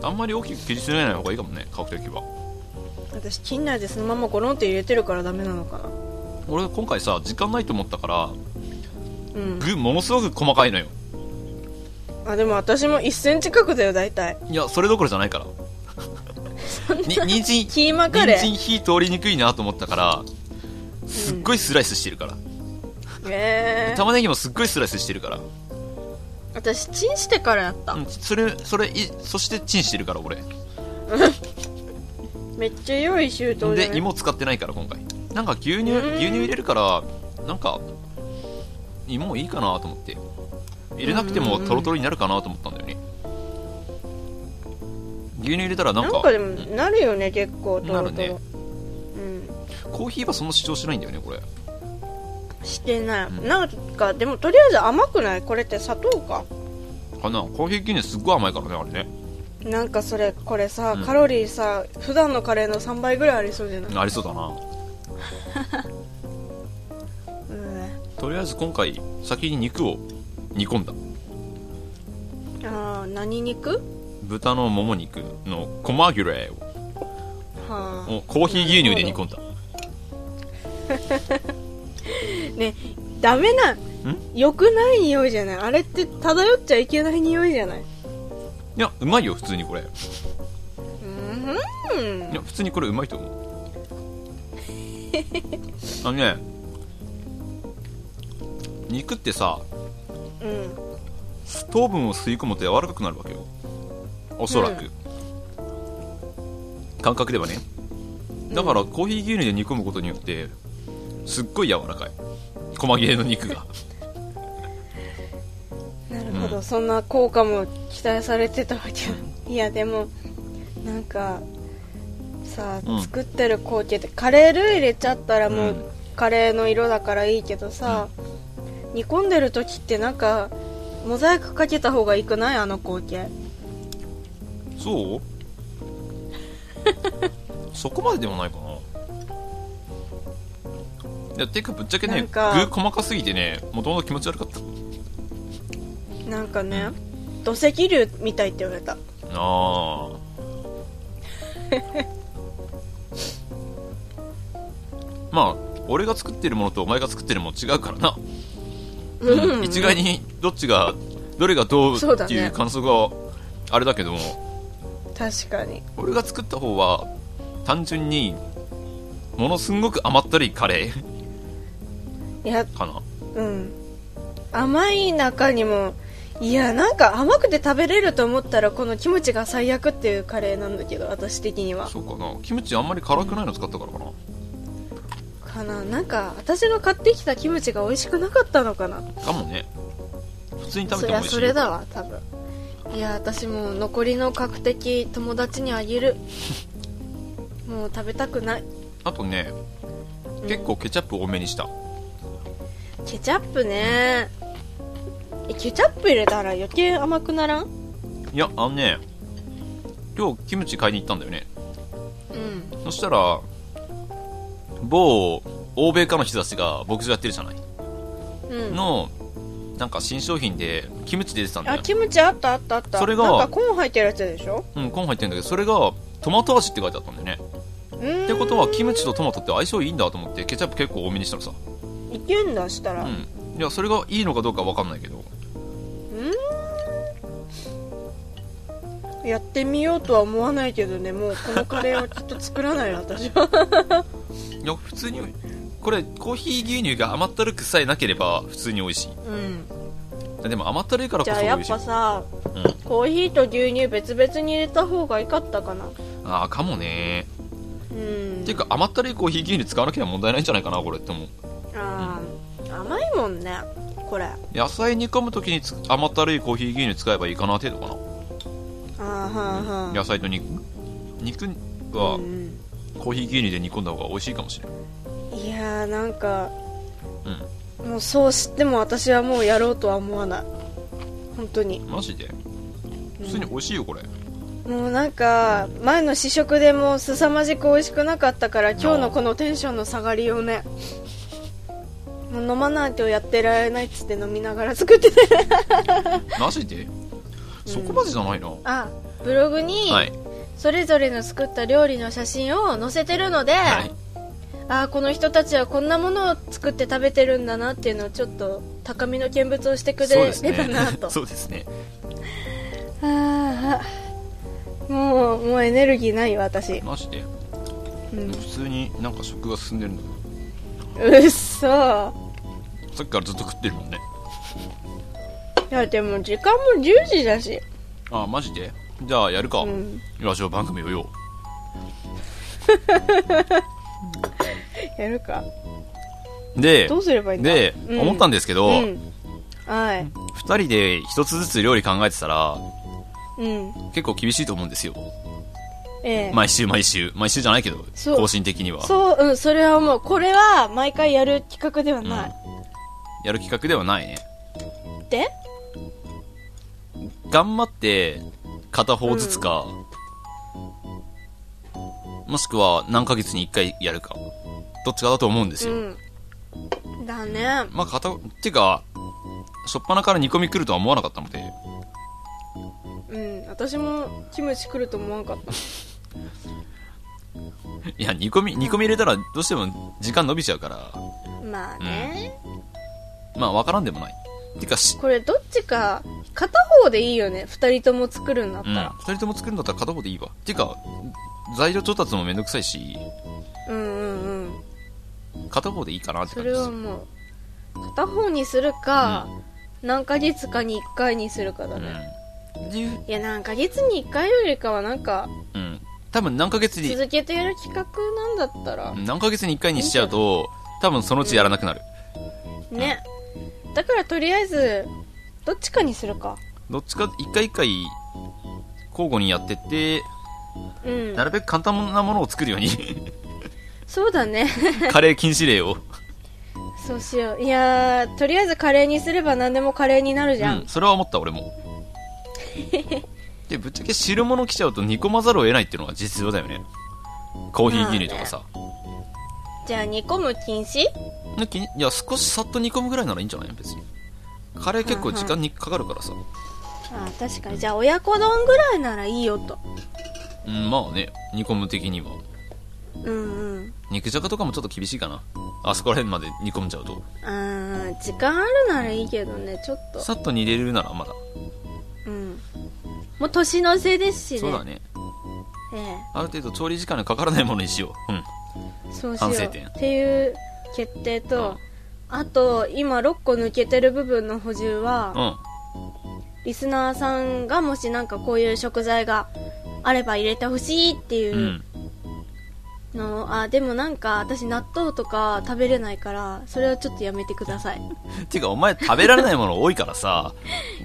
[SPEAKER 2] あんまり大きく切り詰めない方がいいかもね比較的は
[SPEAKER 1] 私チン内でそのままゴロンって入れてるからダメなのかな
[SPEAKER 2] 俺今回さ時間ないと思ったから
[SPEAKER 1] うん
[SPEAKER 2] 具ものすごく細かいのよ
[SPEAKER 1] あでも私も1センチ角だよ大体
[SPEAKER 2] いやそれどころじゃないからに人参
[SPEAKER 1] キーマカレ
[SPEAKER 2] 人
[SPEAKER 1] ー
[SPEAKER 2] 参火通りにくいなと思ったからすっごいスライスしてるから、
[SPEAKER 1] えー、
[SPEAKER 2] 玉ねぎもすっごいスライスしてるから、
[SPEAKER 1] 私チンしてからやった、
[SPEAKER 2] うん、それそれいそしてチンしてるから俺
[SPEAKER 1] めっちゃ良い周到じゃ
[SPEAKER 2] で
[SPEAKER 1] ない
[SPEAKER 2] 芋使ってないから今回なんか牛乳
[SPEAKER 1] うん
[SPEAKER 2] 牛乳入れるからなんか芋いいかなと思って入れなくても
[SPEAKER 1] うんうんうん
[SPEAKER 2] トロトロになるかなと思ったんだよね牛乳入れたらなん
[SPEAKER 1] な
[SPEAKER 2] か
[SPEAKER 1] んかでも
[SPEAKER 2] うん
[SPEAKER 1] なるよね結構ト
[SPEAKER 2] な
[SPEAKER 1] ロ
[SPEAKER 2] る
[SPEAKER 1] ト
[SPEAKER 2] ね
[SPEAKER 1] ロ、うん
[SPEAKER 2] コーヒーはそんな主張しないんだよねこれ
[SPEAKER 1] してない、
[SPEAKER 2] うん
[SPEAKER 1] なんかでもとりあえず甘くないこれって砂糖か
[SPEAKER 2] かなコーヒー牛乳すっごい甘いからねあれね
[SPEAKER 1] なんかそれこれさ、
[SPEAKER 2] うん
[SPEAKER 1] カロリーさ普段のカレーの3倍ぐらいありそうじゃない、
[SPEAKER 2] ありそうだな
[SPEAKER 1] うん、
[SPEAKER 2] とりあえず今回先に肉を煮込んだ
[SPEAKER 1] あー何肉
[SPEAKER 2] 豚のもも肉のコマギュレ
[SPEAKER 1] はあ
[SPEAKER 2] ををコーヒー牛乳で煮込んだ
[SPEAKER 1] ねダメなん良くない匂いじゃないあれって漂っちゃいけない匂いじゃない
[SPEAKER 2] いやうまいよ普通にこれいう
[SPEAKER 1] ーん
[SPEAKER 2] や普通にこれうまいと思うあのね肉ってさ
[SPEAKER 1] うん
[SPEAKER 2] 糖分を吸い込むと柔らかくなるわけよおそらく、感覚ではねだからコーヒー牛乳で煮込むことによってすっごい柔らかい細切れの肉が
[SPEAKER 1] なるほど、
[SPEAKER 2] うん
[SPEAKER 1] そんな効果も期待されてたわけだいやでもなんかさ
[SPEAKER 2] うん
[SPEAKER 1] 作ってる光景ってカレールー入れちゃったらも
[SPEAKER 2] う
[SPEAKER 1] うんカレーの色だからいいけどさ、煮込んでる時ってなんかモザイクかけた方がいいくないあの光景
[SPEAKER 2] そうそこまででもないかないやてかぶっちゃけ
[SPEAKER 1] な
[SPEAKER 2] ね
[SPEAKER 1] ん
[SPEAKER 2] 具
[SPEAKER 1] か
[SPEAKER 2] 細かすぎてねもともと気持ち悪かった
[SPEAKER 1] なんかね、土石流みたいって言われた
[SPEAKER 2] ああまあ俺が作ってるものとお前が作ってるもの違うからな、
[SPEAKER 1] うん
[SPEAKER 2] 一概にどっちがどれがどう
[SPEAKER 1] そうだ
[SPEAKER 2] っ
[SPEAKER 1] ね
[SPEAKER 2] ていう感想があれだけども、
[SPEAKER 1] 確かに
[SPEAKER 2] 俺が作った方は単純にものすんごく甘ったるいカレ
[SPEAKER 1] いや
[SPEAKER 2] ーかな
[SPEAKER 1] うん甘い中にもいやなんか甘くて食べれると思ったらこのキムチが最悪っていうカレーなんだけど私的には
[SPEAKER 2] そうかなキムチあんまり辛くないの使ったからかな
[SPEAKER 1] かななんか私の買ってきたキムチが美味しくなかったのかな
[SPEAKER 2] かもね普通に食
[SPEAKER 1] そ
[SPEAKER 2] べて
[SPEAKER 1] り
[SPEAKER 2] も
[SPEAKER 1] ゃ
[SPEAKER 2] 美味しい
[SPEAKER 1] それだわ多分いや私もう残りの角的友達にあげ るもう食べたくない
[SPEAKER 2] あとね結構ケチャップ多めにした
[SPEAKER 1] ケチャップねえケチャップ入れたら余計甘くならん
[SPEAKER 2] いやあのね今日キムチ買いに行ったんだよね
[SPEAKER 1] うん
[SPEAKER 2] そしたら某欧米化の人たちが牧場やってるじゃない
[SPEAKER 1] うん
[SPEAKER 2] のなんか新商品でキムチ出てたんだ
[SPEAKER 1] あ
[SPEAKER 2] よ、
[SPEAKER 1] キムチあったあったあった
[SPEAKER 2] それが
[SPEAKER 1] なんかコーン入ってるやつでしょ
[SPEAKER 2] うん、今入ってるんだけどそれがトマト味って書いてあったんだよね
[SPEAKER 1] っ
[SPEAKER 2] ってことはキムチとトマトって相性いいんだと思ってケチャップ結構多めにしたのさ
[SPEAKER 1] いけんだしたら、
[SPEAKER 2] うんいやそれがいいのかどうか分かんないけど
[SPEAKER 1] やってみようとは思わ ないけどねもうこのカレーはきっと作らないよ私はい
[SPEAKER 2] や普通にこれコーヒー牛乳が甘ったるくさえなければ普通に美味し
[SPEAKER 1] うん
[SPEAKER 2] いでも甘ったるいからこ
[SPEAKER 1] じ
[SPEAKER 2] そ
[SPEAKER 1] ゃあ
[SPEAKER 2] 美
[SPEAKER 1] やっ
[SPEAKER 2] 味しい
[SPEAKER 1] ぱさ
[SPEAKER 2] うん
[SPEAKER 1] コーヒーと牛乳別々に入れた方が良かったかな
[SPEAKER 2] ああかもね
[SPEAKER 1] うん
[SPEAKER 2] っていうか甘ったるいコーヒー牛乳使わなきゃ問題ないんじゃないかなこれって思う
[SPEAKER 1] あー甘いもんねこれあ
[SPEAKER 2] 野菜煮込む時につ甘ったるいコーヒー牛乳使えばいいかな程度かな、
[SPEAKER 1] ーはんはん
[SPEAKER 2] 野菜と肉肉
[SPEAKER 1] う
[SPEAKER 2] は
[SPEAKER 1] ん
[SPEAKER 2] コーヒー牛乳で煮込んだ方が美味しいかもしれない
[SPEAKER 1] いやーなんか
[SPEAKER 2] う
[SPEAKER 1] もうそう知っても私はもうやろうとは思わない本当に
[SPEAKER 2] んマジで
[SPEAKER 1] うん
[SPEAKER 2] 普通に美味しいよこれ、
[SPEAKER 1] もうなんか前の試食でもう凄まじく美味しくなかったから今日のこのテンションの下がりをねもう飲まないとやってられないっつって飲みながら作ってた
[SPEAKER 2] マジでそこまでじゃないな、
[SPEAKER 1] あブログに
[SPEAKER 2] はい
[SPEAKER 1] それぞれの作った料理の写真を載せてるので、
[SPEAKER 2] はい
[SPEAKER 1] あーこの人たちはこんなものを作って食べてるんだなっていうのをちょっと高みの見物をしてく
[SPEAKER 2] そう
[SPEAKER 1] れ
[SPEAKER 2] です
[SPEAKER 1] れ
[SPEAKER 2] ね、
[SPEAKER 1] たなと
[SPEAKER 2] そうですね
[SPEAKER 1] あーもうもうエネルギーないわ私、
[SPEAKER 2] マジで
[SPEAKER 1] うん
[SPEAKER 2] 普通になんか食が進んでるんだ
[SPEAKER 1] うっそ
[SPEAKER 2] けどさっきからずっと食ってるもんね
[SPEAKER 1] いやでも時間も10時だし
[SPEAKER 2] ああマジでじゃあやるか、
[SPEAKER 1] うん
[SPEAKER 2] ラジオ番組をよ
[SPEAKER 1] やるか
[SPEAKER 2] うで
[SPEAKER 1] どうすればいいんだ
[SPEAKER 2] で、
[SPEAKER 1] うん
[SPEAKER 2] 思ったんですけど、
[SPEAKER 1] う
[SPEAKER 2] 二
[SPEAKER 1] んはい
[SPEAKER 2] 人で一つずつ料理考えてたら
[SPEAKER 1] うん
[SPEAKER 2] 結構厳しいと思うんですよ
[SPEAKER 1] ええ
[SPEAKER 2] 毎週毎週毎週じゃないけど
[SPEAKER 1] そう
[SPEAKER 2] 更新的には
[SPEAKER 1] そううんそれはもうこれは毎回やる企画では
[SPEAKER 2] うん
[SPEAKER 1] ない、
[SPEAKER 2] やる企画ではないね
[SPEAKER 1] で
[SPEAKER 2] 頑張って片方ずつか、もしくは何ヶ月に1回やるかどっちかだと思うんです
[SPEAKER 1] う
[SPEAKER 2] よ、
[SPEAKER 1] んだね
[SPEAKER 2] まあ片てか初っ端から煮込み来るとは思わなかったので
[SPEAKER 1] うん私もキムチ来ると思わんかった
[SPEAKER 2] いや煮込み煮込み入れたらどうしても時間伸びちゃうから
[SPEAKER 1] まあね、
[SPEAKER 2] まあ分からんでもないてかし、
[SPEAKER 1] これどっちか片方でいいよね2人とも作るんだっ
[SPEAKER 2] う
[SPEAKER 1] た
[SPEAKER 2] ん、
[SPEAKER 1] ら
[SPEAKER 2] 2人とも作るんだったら片方でいいわてか材料調達もめんどくさいし
[SPEAKER 1] うんうんうん
[SPEAKER 2] 片方でいいかなって
[SPEAKER 1] そ
[SPEAKER 2] 感
[SPEAKER 1] れ
[SPEAKER 2] じです
[SPEAKER 1] はもう片方にするか、何ヶ月かに1回にするかだね、
[SPEAKER 2] うんっていう
[SPEAKER 1] いや何ヶ月に1回よりかはなんか
[SPEAKER 2] うん多分何ヶ月に
[SPEAKER 1] 続けてやる企画なんだったら
[SPEAKER 2] 何ヶ月に1回にしちゃうと多分そのうちやらなくなる、
[SPEAKER 1] ねだからとりあえずどっちかにするか
[SPEAKER 2] どっちか1回1回交互にやってって
[SPEAKER 1] うん
[SPEAKER 2] なるべく簡単なものを作るように
[SPEAKER 1] そうだね
[SPEAKER 2] カレー禁止令を、
[SPEAKER 1] そうしよういやーとりあえずカレーにすれば何でもカレーになるじ
[SPEAKER 2] う
[SPEAKER 1] ゃん
[SPEAKER 2] ん、、それは思った俺もでぶっちゃけ汁物来ちゃうと煮込まざるを得ないっていうのが実情だよねコーヒー牛乳とかさ、
[SPEAKER 1] じゃあ煮込む禁止
[SPEAKER 2] なきいや少しさっと煮込むぐらいならいいんじゃない別にカレー結構時間にかかるからさ、
[SPEAKER 1] あー確かにじゃあ親子丼ぐらいならいいよと
[SPEAKER 2] うん、まあね煮込む的には
[SPEAKER 1] うんうん
[SPEAKER 2] 肉じゃがとかもちょっと厳しいかなあそこら辺まで煮込んじゃうと
[SPEAKER 1] あー時間あるならいいけどねちょっと
[SPEAKER 2] さっと煮れるならまだ
[SPEAKER 1] うんもう年の瀬ですしね
[SPEAKER 2] そうだね
[SPEAKER 1] ええ
[SPEAKER 2] ある程度調理時間のかからないものにしよううん
[SPEAKER 1] そうしよ
[SPEAKER 2] 反
[SPEAKER 1] う
[SPEAKER 2] 省点
[SPEAKER 1] っていう決定と、あと今6個抜けてる部分の補充は、
[SPEAKER 2] うん
[SPEAKER 1] リスナーさんがもしなんかこういう食材があれば入れてほしいっていううんうのを、あでもなんか私納豆とか食べれないからそれはちょっとやめてください
[SPEAKER 2] てかお前食べられないもの多いからさ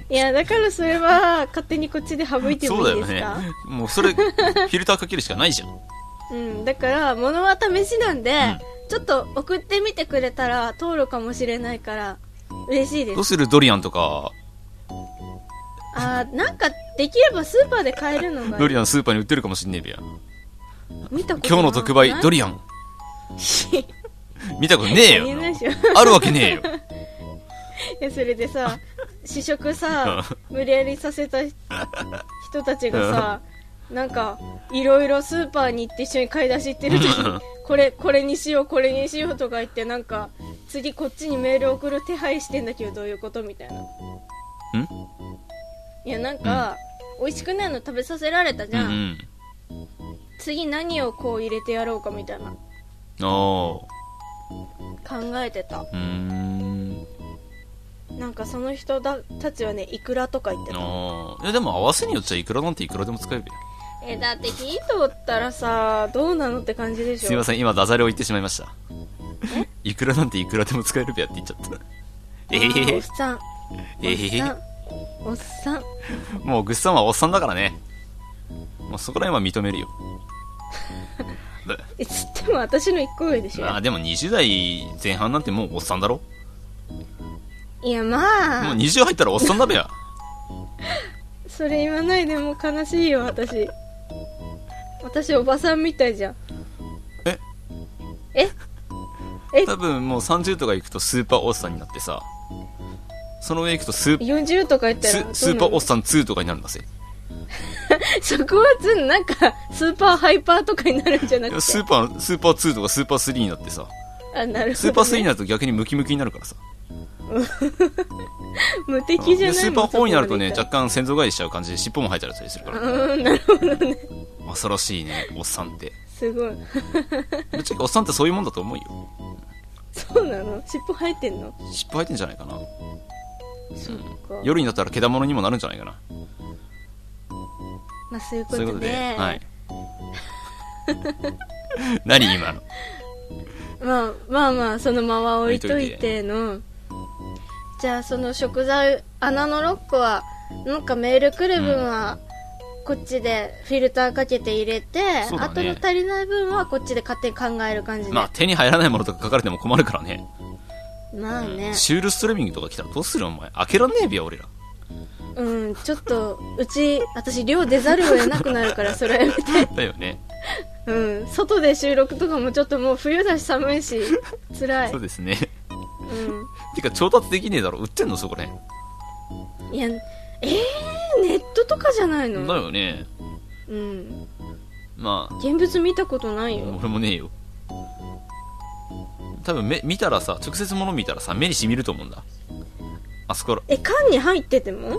[SPEAKER 1] いやだからそれは勝手にこっちで省いて
[SPEAKER 2] そう
[SPEAKER 1] も
[SPEAKER 2] だ
[SPEAKER 1] いい
[SPEAKER 2] よ
[SPEAKER 1] です
[SPEAKER 2] ね
[SPEAKER 1] か
[SPEAKER 2] もうそれフィルターかけるしかないじゃん
[SPEAKER 1] うん、だから物は試しなんで、
[SPEAKER 2] ん
[SPEAKER 1] ちょっと送ってみてくれたら通るかもしれないから嬉しいで
[SPEAKER 2] どう
[SPEAKER 1] す
[SPEAKER 2] するドリアンとか
[SPEAKER 1] あーなんかできればスーパーで買えるのが
[SPEAKER 2] ド
[SPEAKER 1] いい
[SPEAKER 2] リアンスーパーに売ってるかもしんねえべや
[SPEAKER 1] 見たこと
[SPEAKER 2] 今日の特売ド
[SPEAKER 1] リ
[SPEAKER 2] リアン 見たことねえ
[SPEAKER 1] ありえ
[SPEAKER 2] よ
[SPEAKER 1] ないでしょい
[SPEAKER 2] あるわけねえよ
[SPEAKER 1] やそれで さ試食さ無理やりさせた人たちがさなんかいろいろスーパーに行って一緒に買い出し行ってる時
[SPEAKER 2] うん
[SPEAKER 1] にこれこれにしようこれにしようとか言ってなんか次こっちにメール送る手配してんだけどどういうことみたいなんいやなんか、美味しくないの食べさせられたじ
[SPEAKER 2] うん
[SPEAKER 1] ゃん、
[SPEAKER 2] うん
[SPEAKER 1] 次何をこう入れてやろうかみたいな
[SPEAKER 2] あ
[SPEAKER 1] 考えてた
[SPEAKER 2] うーん
[SPEAKER 1] なんかその人だたちはねイクラとか言ってた
[SPEAKER 2] あーいやでも合わせによっちゃいくらなんていくらでも使えるよ
[SPEAKER 1] えだって火通ったらさどうなのって感じでしょ
[SPEAKER 2] すいません今ダジャレを言ってしまいましたいくらなんていくらでも使えるべやって言っちゃった え
[SPEAKER 1] あーおっ
[SPEAKER 2] え
[SPEAKER 1] さん
[SPEAKER 2] ええ
[SPEAKER 1] おっさんおっさん
[SPEAKER 2] もうぐっさんはおっさんだからねもうそこら辺は認めるよぶ
[SPEAKER 1] えつっても私の一個上でしょ
[SPEAKER 2] まあでも20代前半なんてもうおっさんだろ
[SPEAKER 1] いやま
[SPEAKER 2] もう
[SPEAKER 1] あ
[SPEAKER 2] 20入ったらおっさんだべや
[SPEAKER 1] それ言わないでもう悲しいよ私私おばさんみたいじゃん
[SPEAKER 2] え
[SPEAKER 1] ええ
[SPEAKER 2] 多分もう30とか行くとスーパーおっさんになってさその上行くとスー
[SPEAKER 1] 40とか言ったら
[SPEAKER 2] ス
[SPEAKER 1] どうなる
[SPEAKER 2] スーパーおっさん2とかになるんだぜ
[SPEAKER 1] そこはつんなんかスーパーハイパーとかになるんじゃなくて
[SPEAKER 2] スーパースーパー2とかスーパー3になってさ
[SPEAKER 1] あなるほど、ね、
[SPEAKER 2] スーパー3になると逆にムキムキになるからさ
[SPEAKER 1] 無敵じゃない
[SPEAKER 2] でスーパー4になるとね若
[SPEAKER 1] ゃ
[SPEAKER 2] 干先祖返りしちゃう感じで尻尾も生えちゃったりするから
[SPEAKER 1] うんなるほど
[SPEAKER 2] 恐ろしいねおっさんって
[SPEAKER 1] すごい
[SPEAKER 2] ぶっちゃけおっさんってそういうもんだと思うよ
[SPEAKER 1] そうなの尻尾生えてんの
[SPEAKER 2] 尻尾生えてんじゃないかな
[SPEAKER 1] そっか
[SPEAKER 2] 夜になったら毛玉にもなるんじゃないかな
[SPEAKER 1] まあそういうこ
[SPEAKER 2] そ
[SPEAKER 1] と
[SPEAKER 2] うい
[SPEAKER 1] で
[SPEAKER 2] うことで、はい。 何今の。
[SPEAKER 1] まあまあまあそのまま置いと
[SPEAKER 2] 置
[SPEAKER 1] い
[SPEAKER 2] いとい
[SPEAKER 1] てのじゃあその食材穴のロックはなんかメール来る分は、こっちでフィルターかけて入れて、
[SPEAKER 2] そうだ
[SPEAKER 1] あと
[SPEAKER 2] ね
[SPEAKER 1] の足りない分はこっちで勝手に考える感じで
[SPEAKER 2] まあ手に入らないものとか書かれても困るからね。
[SPEAKER 1] まあね
[SPEAKER 2] シュールストレミングとか来たらどうするお前。開けらんねえべよ、俺ら。
[SPEAKER 1] うんちょっとうち私寮出ざるを得なくなる からそれはやめて
[SPEAKER 2] だよね。
[SPEAKER 1] うん外で収録とかもちょっともう冬だし寒いし辛い
[SPEAKER 2] そうですね。
[SPEAKER 1] う
[SPEAKER 2] てか調達できねえだろ。売ってんのそこね。
[SPEAKER 1] んいやえー、ネットとかじゃない
[SPEAKER 2] だ
[SPEAKER 1] の
[SPEAKER 2] よね。
[SPEAKER 1] うん
[SPEAKER 2] まあ、
[SPEAKER 1] 現物見たことないよ
[SPEAKER 2] 俺もねえよ。多分目、見たらさ、直接物見たらさ、目に染みると思うんだ。あそこら、
[SPEAKER 1] え缶に入ってても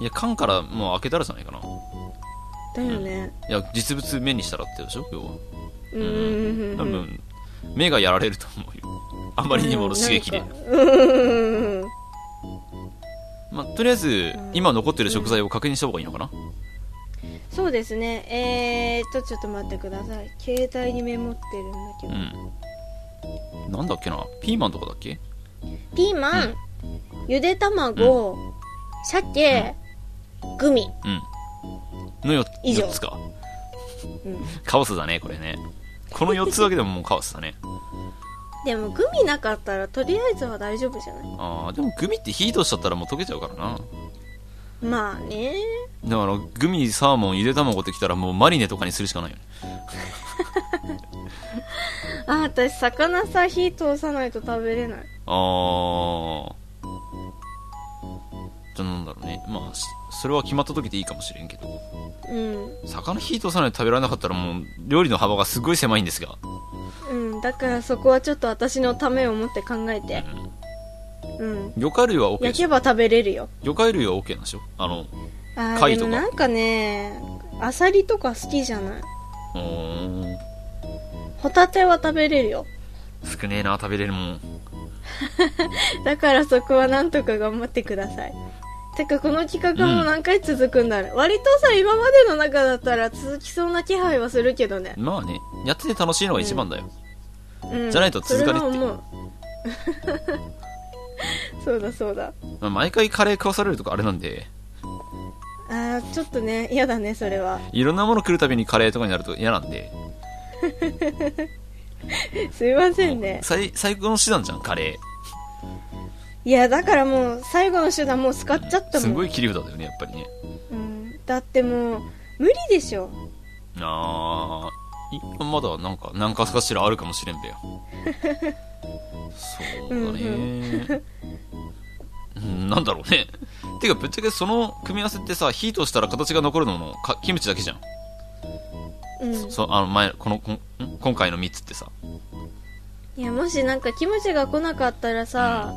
[SPEAKER 2] いや、缶からもう開けたらじゃないかな。い
[SPEAKER 1] だよね
[SPEAKER 2] や、実物目にしたらってでしょ要は。
[SPEAKER 1] うんうんうんうん
[SPEAKER 2] 多分、目がやられると思うよ。あまりにもの刺激で
[SPEAKER 1] う。んうんうん
[SPEAKER 2] まあ、とりあえず、今残ってる食材を確認した方がいいのかな、
[SPEAKER 1] そうですねえー、っとちょっと待ってください携帯にメモってるんだけど、
[SPEAKER 2] うん。なんだっけなピーマンとかだっけ
[SPEAKER 1] ピーマン、ゆで卵、鮭、グミ
[SPEAKER 2] うん。のよ
[SPEAKER 1] 以上
[SPEAKER 2] 4つか。
[SPEAKER 1] うん
[SPEAKER 2] カオスだね、これね。この4つだけでももうカオスだね。
[SPEAKER 1] でもグミなかったらとりあえずは大丈夫じゃない
[SPEAKER 2] ああ、でもグミってヒートしちゃったらもう溶けちゃうからな。
[SPEAKER 1] まあね
[SPEAKER 2] だから、グミ、サーモン、ゆで卵ってきたらもうマリネとかにするしかないよね。
[SPEAKER 1] あ私魚さ火通さないと食べれない
[SPEAKER 2] ああ。じゃあなんだろうね。まあ、しそれは決まった時でいいかもしれんけど。
[SPEAKER 1] うん
[SPEAKER 2] 魚火通さないと食べられなかったらもう料理の幅がすごい狭いんですが、
[SPEAKER 1] うんだからそこはちょっと私のためを持って考えてうん
[SPEAKER 2] 魚介類は OK で
[SPEAKER 1] 焼
[SPEAKER 2] し
[SPEAKER 1] け
[SPEAKER 2] ょ
[SPEAKER 1] ば食べれるよ
[SPEAKER 2] 魚介類は OK なんでしょあの
[SPEAKER 1] あー
[SPEAKER 2] 貝
[SPEAKER 1] で
[SPEAKER 2] とか
[SPEAKER 1] もなんかねアサリとか好きじゃないう
[SPEAKER 2] ーん
[SPEAKER 1] ホタテは食べれるよ
[SPEAKER 2] 少ねえな食べれるもん
[SPEAKER 1] だからそこはなんとか頑張ってくださいてかこの企画も何回続くんだろう、割とさ今までの中だったら続きそうな気配はするけどね、
[SPEAKER 2] まあねやってて楽しいのが一番だよ、
[SPEAKER 1] うん、
[SPEAKER 2] じゃないと続かねえっ
[SPEAKER 1] そ
[SPEAKER 2] て
[SPEAKER 1] れは思う そうだそうだ
[SPEAKER 2] まあ毎回カレー食わされるとかあれなんで
[SPEAKER 1] あーちょっとね嫌だねそれはい
[SPEAKER 2] ろんなもの食うたびにカレーとかになると嫌なんです
[SPEAKER 1] いませんね
[SPEAKER 2] 最最高の手段じゃんカレ
[SPEAKER 1] いやだからもう最後の手段もう使っちゃっ
[SPEAKER 2] ー
[SPEAKER 1] た
[SPEAKER 2] す
[SPEAKER 1] もん、
[SPEAKER 2] ごい切り札だよねやっぱりね
[SPEAKER 1] うん、だってもう無理でしょ
[SPEAKER 2] ああいまだなんか何かしらあるかもしれんべよそうだねうんなんだろうねてかぶっちゃけその組み合わせってさ火としたら形が残るのもかキムチだけじゃん
[SPEAKER 1] うん
[SPEAKER 2] そうあの前このこんん今回の3つってさ
[SPEAKER 1] いやもしなんかキムチが来なかったらさ、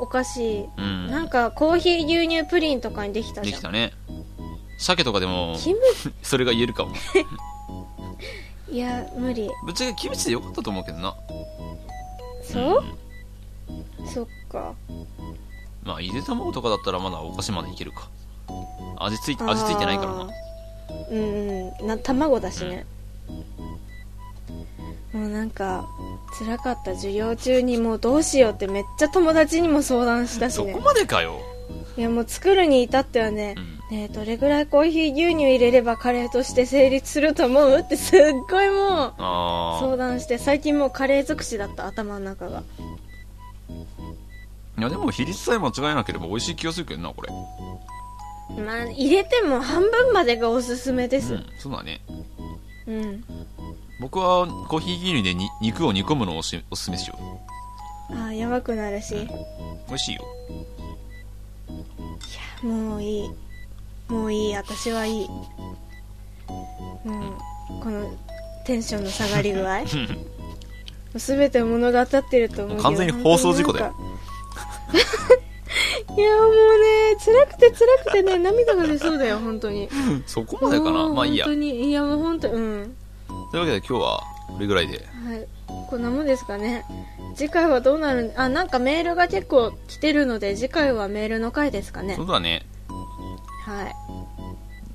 [SPEAKER 1] お菓子
[SPEAKER 2] うん
[SPEAKER 1] なんかコーヒー牛乳プリンとかにできた
[SPEAKER 2] で
[SPEAKER 1] じゃ
[SPEAKER 2] き
[SPEAKER 1] ん
[SPEAKER 2] たね鮭とかでも
[SPEAKER 1] キム
[SPEAKER 2] それが言えるかも
[SPEAKER 1] いや無理
[SPEAKER 2] ぶっちゃけキムチでよかったと思うけどな
[SPEAKER 1] そう、
[SPEAKER 2] ん
[SPEAKER 1] そっか
[SPEAKER 2] まあゆで卵とかだったらまだお菓子までいけるか味つい味ついてないからな
[SPEAKER 1] あーうんうんな卵だしね、もうなんか辛かった授業中にもうどうしようってめっちゃ友達にも相談したし
[SPEAKER 2] そ
[SPEAKER 1] ね
[SPEAKER 2] こまでかよ
[SPEAKER 1] いやもう作るに至ってはね、
[SPEAKER 2] うん
[SPEAKER 1] ねえどれぐらいコーヒー牛乳入れればカレーとして成立すると思うってすっごいもう
[SPEAKER 2] あ
[SPEAKER 1] 相談して最近もうカレー尽くしだった頭の中が
[SPEAKER 2] あいやでも比率さえ間違えなければ美味しい気がするけどなこれ
[SPEAKER 1] まあ入れても半分までがおすすめです
[SPEAKER 2] うんそうだね
[SPEAKER 1] うん、
[SPEAKER 2] 僕はコーヒー牛乳でに肉を煮込むのをおしおすすめしよう
[SPEAKER 1] ああやばくなるし
[SPEAKER 2] 美味しいよ
[SPEAKER 1] もういいもういい私はいいもうこのテンションの下がり具合もう全て物が当たってると思うけど
[SPEAKER 2] 完全に放送事故だよ
[SPEAKER 1] 本当になんか いやもうね辛くて辛くてね涙が出そうだよ本当に
[SPEAKER 2] そこまでかな
[SPEAKER 1] もう
[SPEAKER 2] まあいいや
[SPEAKER 1] 本
[SPEAKER 2] と
[SPEAKER 1] 当にいやもう本当うん
[SPEAKER 2] いうわけで今日はこれぐらいで
[SPEAKER 1] はいこんなもんですかね次回はどうなるんあなんかメールが結構来てるので次回はメールの回ですかね
[SPEAKER 2] そうだね
[SPEAKER 1] はい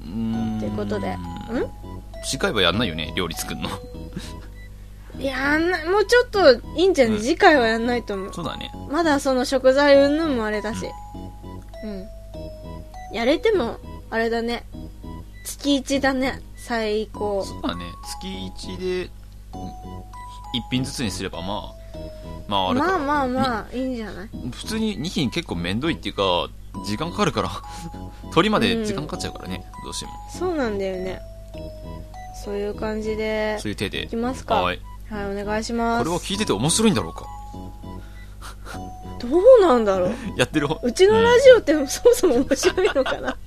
[SPEAKER 1] う
[SPEAKER 2] ーん
[SPEAKER 1] ということでうん
[SPEAKER 2] 次回はやんないよね料理作るの
[SPEAKER 1] いやあんなもうちょっといいんじゃない、
[SPEAKER 2] うん
[SPEAKER 1] 次回はやんないと思う
[SPEAKER 2] そうだね
[SPEAKER 1] まだその食材云々もあれだしうんやれてもあれだね月1だね最高
[SPEAKER 2] そうだね月1でうん一品ずつにすればまあまああれか、
[SPEAKER 1] まあまあまあいいんじゃない
[SPEAKER 2] 普通に2品結構めんどいっていうか時間かかるから 鳥まで時間かかっちゃうからね、どうしても
[SPEAKER 1] そうなんだよねそういう感じで
[SPEAKER 2] そういう手で
[SPEAKER 1] いきますか
[SPEAKER 2] は
[SPEAKER 1] はい
[SPEAKER 2] い
[SPEAKER 1] お願いしま
[SPEAKER 2] こ
[SPEAKER 1] す
[SPEAKER 2] れは聞いてて面白いんだろうか
[SPEAKER 1] どうなんだろう
[SPEAKER 2] やってる方
[SPEAKER 1] うちのラジオってそもそ も面白いのかな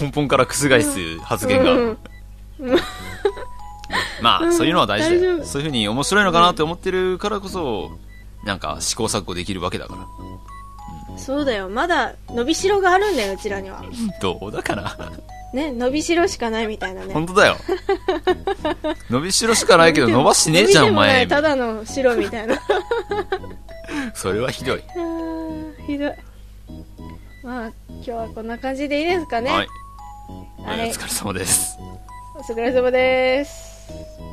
[SPEAKER 2] 根本から覆す発言が、
[SPEAKER 1] うん
[SPEAKER 2] まあ、
[SPEAKER 1] うん
[SPEAKER 2] そういうのは大事だ
[SPEAKER 1] 大丈
[SPEAKER 2] よ
[SPEAKER 1] 夫
[SPEAKER 2] そういうふうに面白いのかなって思ってるからこそなんか試行錯誤できるわけだから
[SPEAKER 1] そうだよまだ伸びしろがあるんだようちらには
[SPEAKER 2] どうだから
[SPEAKER 1] ね伸びしろしかないみたいなね
[SPEAKER 2] 本 当だよ伸びしろしかないけど伸ばしてねえじゃん
[SPEAKER 1] 伸
[SPEAKER 2] お
[SPEAKER 1] びてもな
[SPEAKER 2] 前
[SPEAKER 1] いただの白みたいなあ
[SPEAKER 2] それはひどい、
[SPEAKER 1] ーひどいまあ今日はこんな感じでいいですかね、
[SPEAKER 2] はい、
[SPEAKER 1] はい
[SPEAKER 2] お疲れ様です
[SPEAKER 1] お疲れ様です